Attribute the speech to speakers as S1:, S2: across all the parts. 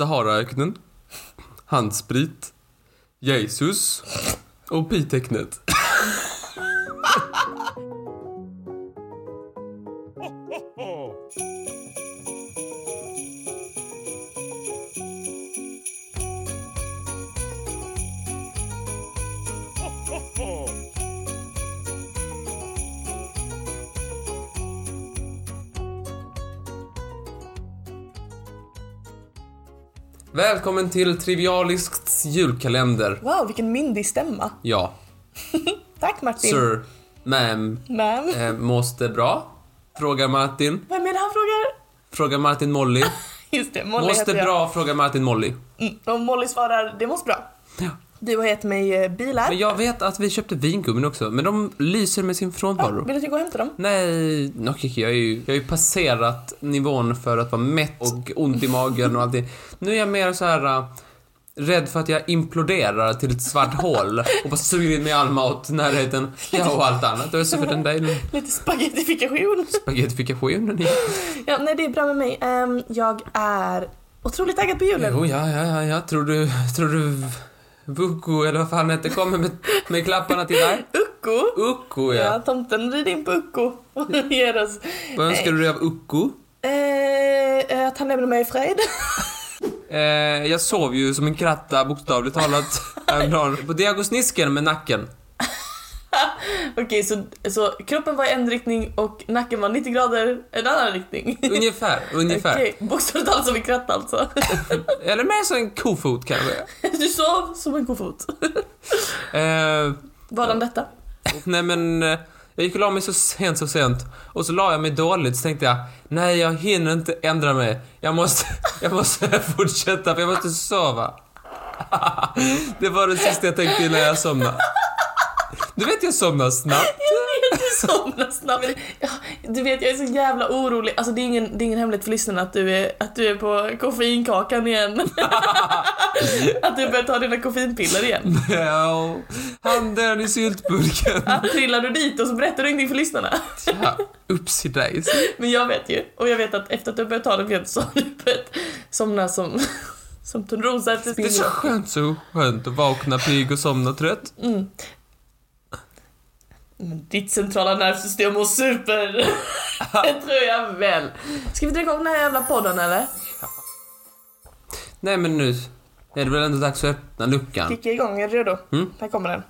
S1: Saharaöknen, handsprit, Jesus och pitecknet. Välkommen till Trivialisks julkalender.
S2: Wow, vilken myndig stämma.
S1: Ja,
S2: Tack Martin.
S1: sir, ma'am,
S2: Men,
S1: eh, mås det bra? Frågar Martin.
S2: vem är det han frågar?
S1: Frågar Martin Molly.
S2: Just det, Molly
S1: Mås det
S2: heter jag.
S1: bra? Frågar Martin Molly.
S2: Mm, och Molly svarar, det mås bra.
S1: Ja.
S2: Du har gett mig eh, bilar.
S1: Men jag vet att vi köpte vingummin också, men de lyser med sin frånvaro.
S2: Vill du att jag går och hämtar dem?
S1: Nej, Nokiki, jag, är ju, jag har ju passerat nivån för att vara mätt och ont i magen och allt det. Nu är jag mer så här äh, rädd för att jag imploderar till ett svart hål och bara suger in mig all mat, närheten, ja och allt annat. Och jag ser för den där
S2: Lite spagettifikation.
S1: spagettifikationen.
S2: ja, nej det är bra med mig. Ehm, jag är otroligt taggad på julen.
S1: Jo, ja, ja, ja, ja, tror du, tror du Vuku eller vad fan hette kommer med, med klapparna till dig?
S2: Ucko.
S1: Ucko,
S2: Ja,
S1: ja.
S2: tomten rider in på Ucko och ger oss...
S1: Vad önskar du dig av Ucko?
S2: Eh, att han lämnar mig i fred.
S1: Eh, jag sov ju som en kratta bokstavligt talat häromdagen. På diagosnisken med nacken.
S2: Okej, så, så kroppen var i en riktning och nacken var 90 grader en annan riktning.
S1: Ungefär, ungefär.
S2: Okej, bokstavligt talat som en kratta alltså.
S1: Eller mer som en kofot kanske.
S2: Du sov som en kofot.
S1: Eh,
S2: Vad om detta?
S1: nej men, eh, jag gick och la mig så sent, så sent. Och så la jag mig dåligt, så tänkte jag, nej jag hinner inte ändra mig. Jag måste, jag måste fortsätta för jag måste sova. det var det sista jag tänkte innan jag somnade. Du vet jag somnar snabbt.
S2: Jag vet, du somnar snabbt. Ja, Du vet, jag är så jävla orolig. Alltså det är ingen, det är ingen hemlighet för lyssnarna att du är, att du är på koffeinkakan igen. att du börjar ta dina koffeinpiller igen.
S1: Ja, handen i syltburken.
S2: Trillar du dit och så berättar du ingenting för lyssnarna.
S1: Ja, upsi daisy.
S2: Men jag vet ju, och jag vet att efter att du börjat ta dem igen så har du börjat somna som, som Törnrosa efter
S1: Det är så
S2: spindel.
S1: skönt, så skönt att vakna pigg och somna trött.
S2: Mm. Men Ditt centrala nervsystem mår super. Det tror jag väl. Ska vi dra igång den här jävla podden eller?
S1: Nej men nu är det väl ändå dags att öppna luckan.
S2: Kicka igång, är du redo?
S1: Mm.
S2: Här kommer den.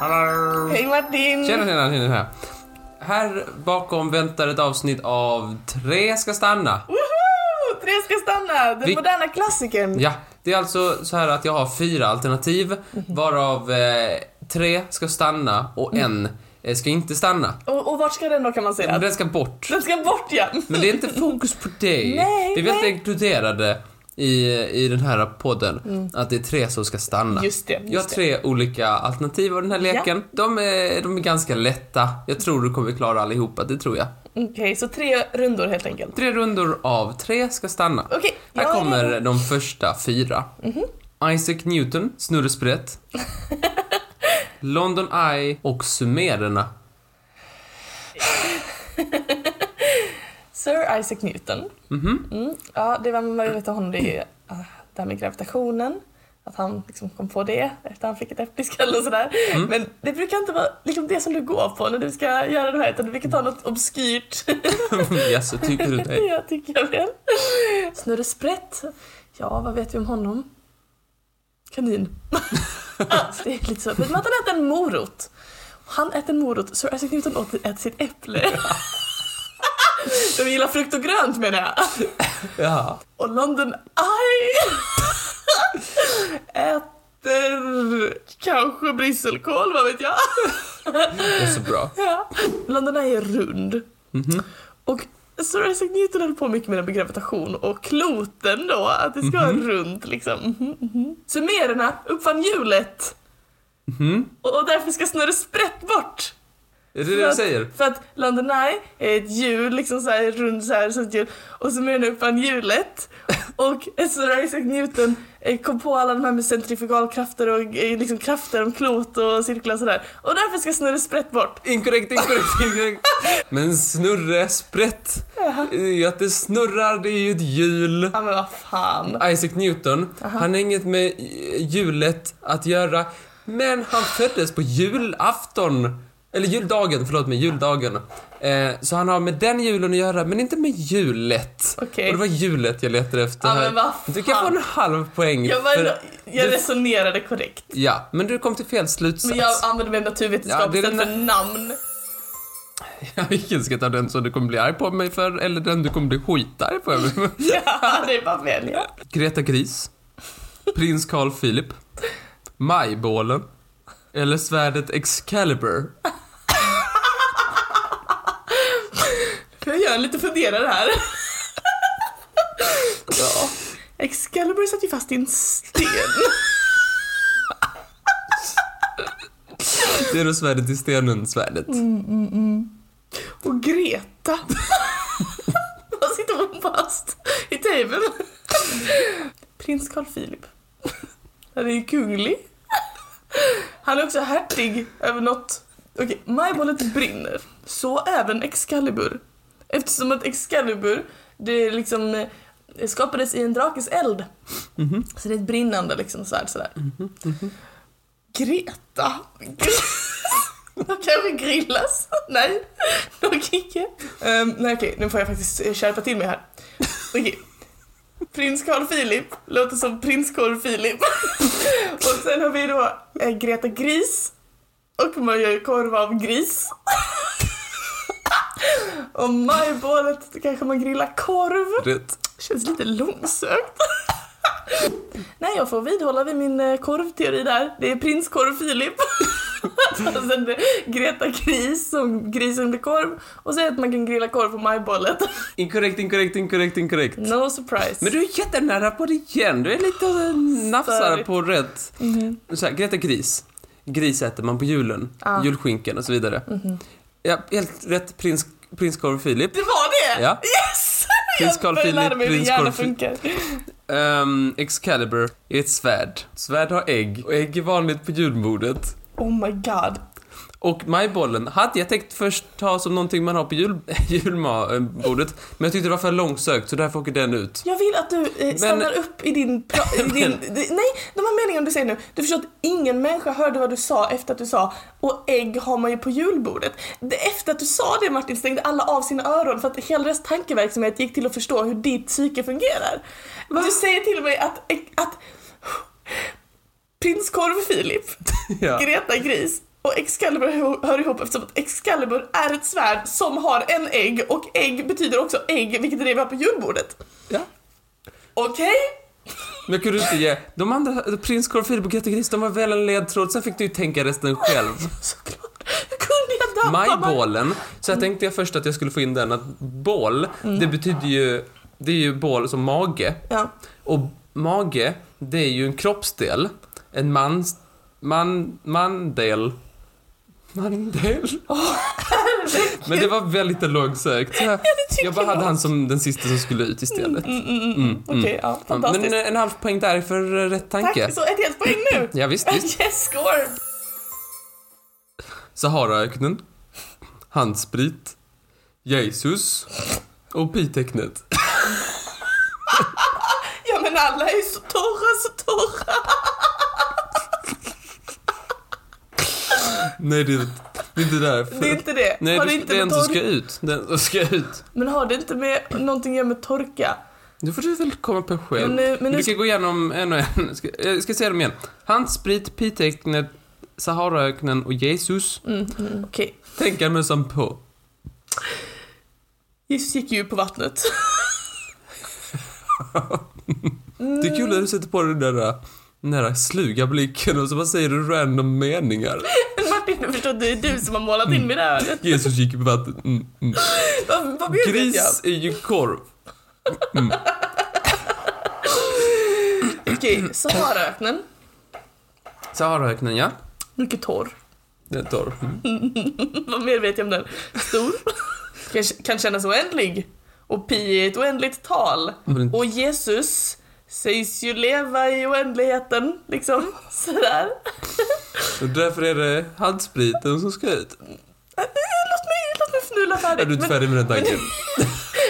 S1: Hallå!
S2: Hej Martin!
S1: Tjena, tjena, tjena, tjena. Här bakom väntar ett avsnitt av Tre ska stanna.
S2: Woho! Tre ska stanna! Den
S1: Vi-
S2: moderna klassikern.
S1: Ja, det är alltså så här att jag har fyra alternativ varav eh, tre ska stanna och en eh, ska inte stanna.
S2: Och, och vart ska den då kan man säga?
S1: Den ska bort.
S2: Den ska bort ja!
S1: Men det är inte fokus på dig.
S2: Nej,
S1: Vi är väldigt
S2: nej.
S1: inkluderade i, i den här podden. Att det är tre som ska stanna.
S2: Mm. Just det, just
S1: Jag har tre olika alternativ av den här leken. De, är, de är ganska lätta. Jag tror du kommer klara allihopa, det tror jag.
S2: det. Okej, så tre rundor helt enkelt.
S1: Tre rundor av tre ska stanna.
S2: Okej,
S1: Här
S2: jag är
S1: kommer
S2: redo.
S1: de första fyra.
S2: Mhm.
S1: Isaac Newton, Snurresprätt. London Eye och Sumererna.
S2: Sir Isaac Newton.
S1: Mhm.
S2: Mm. Ja, det var man vet om honom, det är ah, det här med gravitationen. Att han liksom kom på det efter han fick ett äpple i skallen och sådär. Men det brukar inte vara liksom det som du går på när du ska göra det här utan du brukar ta något obskyrt.
S1: Jaså, tycker du det?
S2: jag tycker jag väl. Snurre Sprätt. Ja, vad vet vi om honom? Kanin. alltså, det är lite så. Men att han äter en morot. Han äter en morot. Sir Isaac Newton åt äter sitt äpple. De gillar frukt och grönt menar jag.
S1: Ja.
S2: Och London Eye äter kanske brysselkål, vad vet jag?
S1: Det är så bra. Mhm,
S2: Ja. London Eye är rund. Och Sir Isaac Newton höll på mycket med den med gravitation och kloten då, att det ska vara runt liksom. Mhm, mhm. Sumererna uppfann hjulet
S1: Mhm.
S2: och och därför ska snurra sprätt bort.
S1: Är det det du
S2: att-
S1: säger?
S2: För att London Eye är ett hjul, liksom så här rund så här, sånt hjul. Och så menar du upp hjulet. Och Sir Isaac Newton eh, kom på alla de här med centrifugalkrafter och eh, liksom krafter om klot och cirklar och sådär. Och därför ska Snurre Sprätt bort.
S1: Inkorrekt, inkorrekt, inkorrekt. Men snurre, sprätt.
S2: Jaha.
S1: Det är ju Att det snurrar, det är ju ett hjul.
S2: Ja men vad fan.
S1: Isaac Newton,
S2: Aha.
S1: han har inget med eh, hjulet att göra. Men han föddes på julafton. Eller juldagen, förlåt mig, juldagen. Eh, så han har med den julen att göra, men inte med hjulet.
S2: Okej.
S1: Och det var hjulet jag letade efter
S2: Ja
S1: här.
S2: men vad
S1: Du kan få
S2: fan.
S1: en halv poäng.
S2: Jag, var,
S1: för,
S2: jag
S1: du-
S2: resonerade korrekt.
S1: ja, men du kom till fel slutsats.
S2: Men jag använde mig av naturvetenskap
S1: Ja, det är
S2: istället
S1: den
S2: för namn.
S1: Vilken ska jag ta den som du kommer bli arg på mig för, eller den du kommer bli skitarg på?
S2: Ja, det är bara att välja.
S1: Greta Gris, Prins Carl Philip, Majbålen eller svärdet Excalibur?
S2: Jag gör lite funderare här. ja. Excalibur satt ju fast i en sten.
S1: Det är då svärdet i stenen, svärdet.
S2: Och Greta. Vad sitter hon fast i tejpen? Prins Carl Philip. Han är ju kunglig. Han är också hertig över något. Okej, majbollet brinner. Så även Excalibur. Eftersom att Excalibur, det liksom eh, skapades i en drakes eld.
S1: Mhm.
S2: Så det är ett brinnande liksom svärd sådär. Greta. De kanske grillas. Nej, dock icke. Ehm, nej okej, nu får jag faktiskt eh, skärpa till mig här. Okej. Prins Carl Philip låter som prins Carl Philip. och sen har vi då eh, Greta Gris. Och man gör ju korv av gris. och majbålet då kanske man grillar korv.
S1: Rätt.
S2: Känns lite långsökt. Nej, jag får vidhålla vid min eh, korvteori där. Det är prins korv Filip. och sen det är Greta Gris som grisen blir korv. Och så att man kan grilla korv på majbollet.
S1: Inkorrekt, inkorrekt, inkorrekt, inkorrekt.
S2: No surprise.
S1: Men du är jättenära på det igen. Du är lite eh, nafsar
S2: Störigt.
S1: på rätt.
S2: Mhm.
S1: Så här, Greta Gris. Gris äter man på julen.
S2: Ah.
S1: Julskinkan och så vidare. Ja, helt rätt. Prins, prins Carl Philip.
S2: Det var det!
S1: Ja.
S2: Yes!
S1: Prins Carl
S2: jag lärde
S1: Philip,
S2: mig hur min
S1: prins
S2: hjärna
S1: Carl Philip.
S2: funkar.
S1: Ehm, Excalibur är ett svärd. Svärd har ägg. Och ägg är vanligt på julbordet.
S2: Oh my god.
S1: Och majbollen hade jag tänkt först ta som någonting man har på jul, julbordet. Men jag tyckte det var för långsökt så därför åker den ut.
S2: Jag vill att du eh, stannar upp i din... Pra- i din
S1: Men-
S2: di- nej, de här meningarna du säger nu. Du förstår att ingen människa hörde vad du sa efter att du sa och ägg har man ju på julbordet. Det, efter att du sa det Martin stängde alla av sina öron för att hela deras tankeverksamhet gick till att förstå hur ditt psyke fungerar. Du säger till mig att, eh, att prins Korv Filip,
S1: Ja.
S2: Greta Gris och Excalibur hö- hör ihop eftersom att Excalibur är ett svärd som har en ägg och ägg betyder också ägg vilket är det vi har på julbordet.
S1: ja.
S2: Okej?
S1: Men kunde du inte ge... De andra, eh, prins Carl Philip och Greta Gris, de var väl en ledtråd. Sen fick du ju tänka resten själv.
S2: Såklart. Hur kunde jag dampa
S1: Majbålen. Så jag tänkte jag först att jag skulle få in den att bål, det betyder ju... Det är ju bål som mage.
S2: Ja.
S1: Och mage, det är ju en kroppsdel. En mans... Man... Mandel. Mandel? Men det var väldigt långsökt. Så jag-
S2: tycker
S1: Jag bara hade
S2: jag.
S1: han som den sista som skulle ut istället.
S2: Mm, mm, mm.
S1: Mm,
S2: Okej, ja,
S1: Ja,
S2: fantastiskt.
S1: Men en halv poäng där för eh, rätt tanke.
S2: Tack, så ett helt poäng nu!
S1: Ja, visst, visst.
S2: Yes, score!
S1: Saharaöknen, handsprit, Jesus och pitecknet.
S2: Ja men alla är ju så torra, så torra!
S1: Nej, det är det är inte därför.
S2: Det är inte det.
S1: Nej,
S2: har
S1: du,
S2: det inte
S1: det är
S2: med
S1: en som
S2: tork...
S1: ska ut. Den som ska ut.
S2: Men har det inte med någonting att göra med torka?
S1: Nu får du väl komma på själv.
S2: Men nu, men nu
S1: Vi kan gå igenom en och en. Ska, jag ska se dem igen. Handsprit, pitecknet, Saharaöknen och Jesus.
S2: mm, mm, okej.
S1: Tänk en mössan på.
S2: Jesus gick ju på vattnet.
S1: Det är kul när du sätter på dig den där, den där sluga blicken och så bara säger du random meningar.
S2: Men Martin, jag förstår att det är du som har målat
S1: Mm.
S2: in mig där. hörnet.
S1: Jesus gick på vattnet. Mm, mm.
S2: Vad, vad vet jag?
S1: Gris är ju korv.
S2: Okej, Saharaöknen.
S1: Saharaöknen, ja.
S2: Mycket torr.
S1: Den tar. Mm.
S2: Vad mer vet jag om den? Stor. Kan, kan kännas oändlig. och pi är ett oändligt tal.
S1: Mm.
S2: Och Jesus sägs ju leva i oändligheten, liksom. Sådär.
S1: Och därför är det handspriten som ska ut.
S2: Låt mig, låt mig fnula
S1: Är
S2: färdigt.
S1: du inte
S2: Men-
S1: färdig med den
S2: men-
S1: tanken?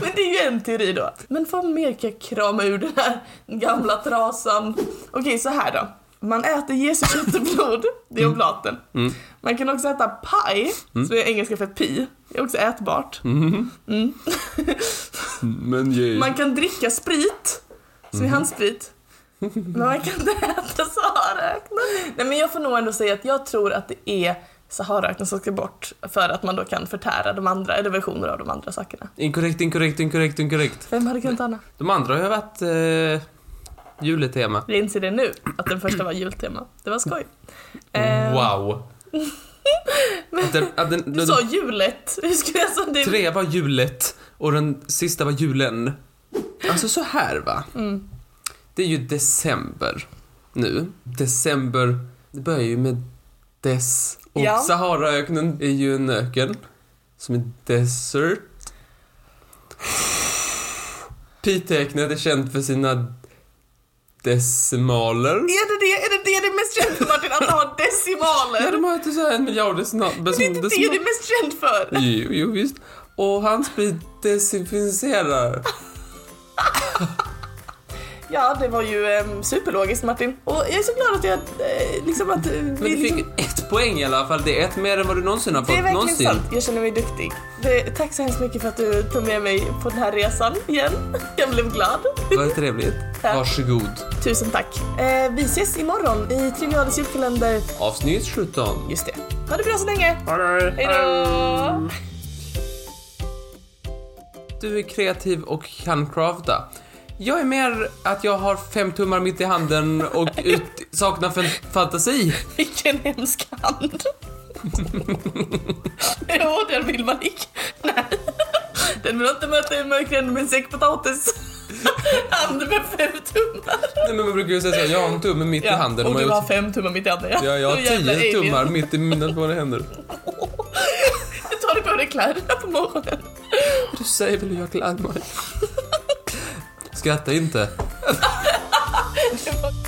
S2: Men det är ju en teori då. Men vad mer kan jag krama ur den här gamla trasan? Okej, så här då. Man äter Jesu kött och blod, det är oblaten.
S1: Mm.
S2: Man kan också äta paj, som är engelska för pi. Det är också ätbart.
S1: Mhm.
S2: Mm.
S1: Mm, Men ge.
S2: Man kan dricka sprit, som
S1: Mhm.
S2: är handsprit. Men man kan inte äta saharaöknen. Nej men jag får nog ändå säga att jag tror att det är saharaöknen som ska bort för att man då kan förtära de andra, eller versioner av de andra sakerna.
S1: Inkorrekt, inkorrekt, inkorrekt, inkorrekt.
S2: Vem hade kunnat ana?
S1: De andra har ju varit eh, juletema.
S2: Jag inser det nu, att den första var jultema. Det var skoj. Eh,
S1: Wow. Att den, att den,
S2: Du
S1: den,
S2: sa julet. Hur skulle jag säga det?
S1: tre var julet och den sista var julen. Alltså så här va.
S2: Mm.
S1: Det är ju december nu. December, det börjar ju med des. Och
S2: Ja.
S1: Saharaöknen är ju en öken som är desert. Pi-tecknet är känt för sina decimaler.
S2: Är det det? Är det det det är mest känt för Martin? Att ha
S1: Ja,
S2: decimaler?
S1: de har inte så här en miljard decimaler.
S2: Det är inte det det är mest känt för.
S1: Jo, jo, visst. Och handsprit desinficerar.
S2: Ja, det var ju eh, superlogiskt Martin. Och jag är så glad att jag eh, liksom att... eh,
S1: Men
S2: vi-
S1: du fick ett poäng i alla fall. Det är ett mer än vad du någonsin har fått.
S2: Det är verkligen
S1: någonsin.
S2: sant. Jag känner mig duktig. Det, tack så hemskt mycket för att du tog med mig på den här resan igen. Jag blev glad.
S1: Vad trevligt.
S2: Tack.
S1: Varsågod.
S2: Tusen tack. Eh, vi ses imorgon i Trivialens julkalender.
S1: Avsnitt 17.
S2: Just det. Ha det bra så länge. Hej då!
S1: Du är kreativ och kan crafta. Jag är mer att jag har fem tummar mitt i handen och ut, saknar fan- fantasi.
S2: Vilken hemsk hand. jo, den vill man inte. Nej. Den vill inte möta i mörkret med en säck potatis. Hand med fem tummar.
S1: Nej, men man brukar ju säga så här, jag har en tumme mitt i handen.
S2: och
S1: Man
S2: du
S1: gör
S2: har
S1: så-
S2: fem tummar mitt i handen.
S1: Ja, jag har
S2: Du jävla
S1: tio
S2: alien.
S1: tummar mitt i mina båda händer.
S2: Du tar dig på dig kläderna på morgonen.
S1: Du säger väl hur jag klär mig? Skratta inte.
S2: Det var-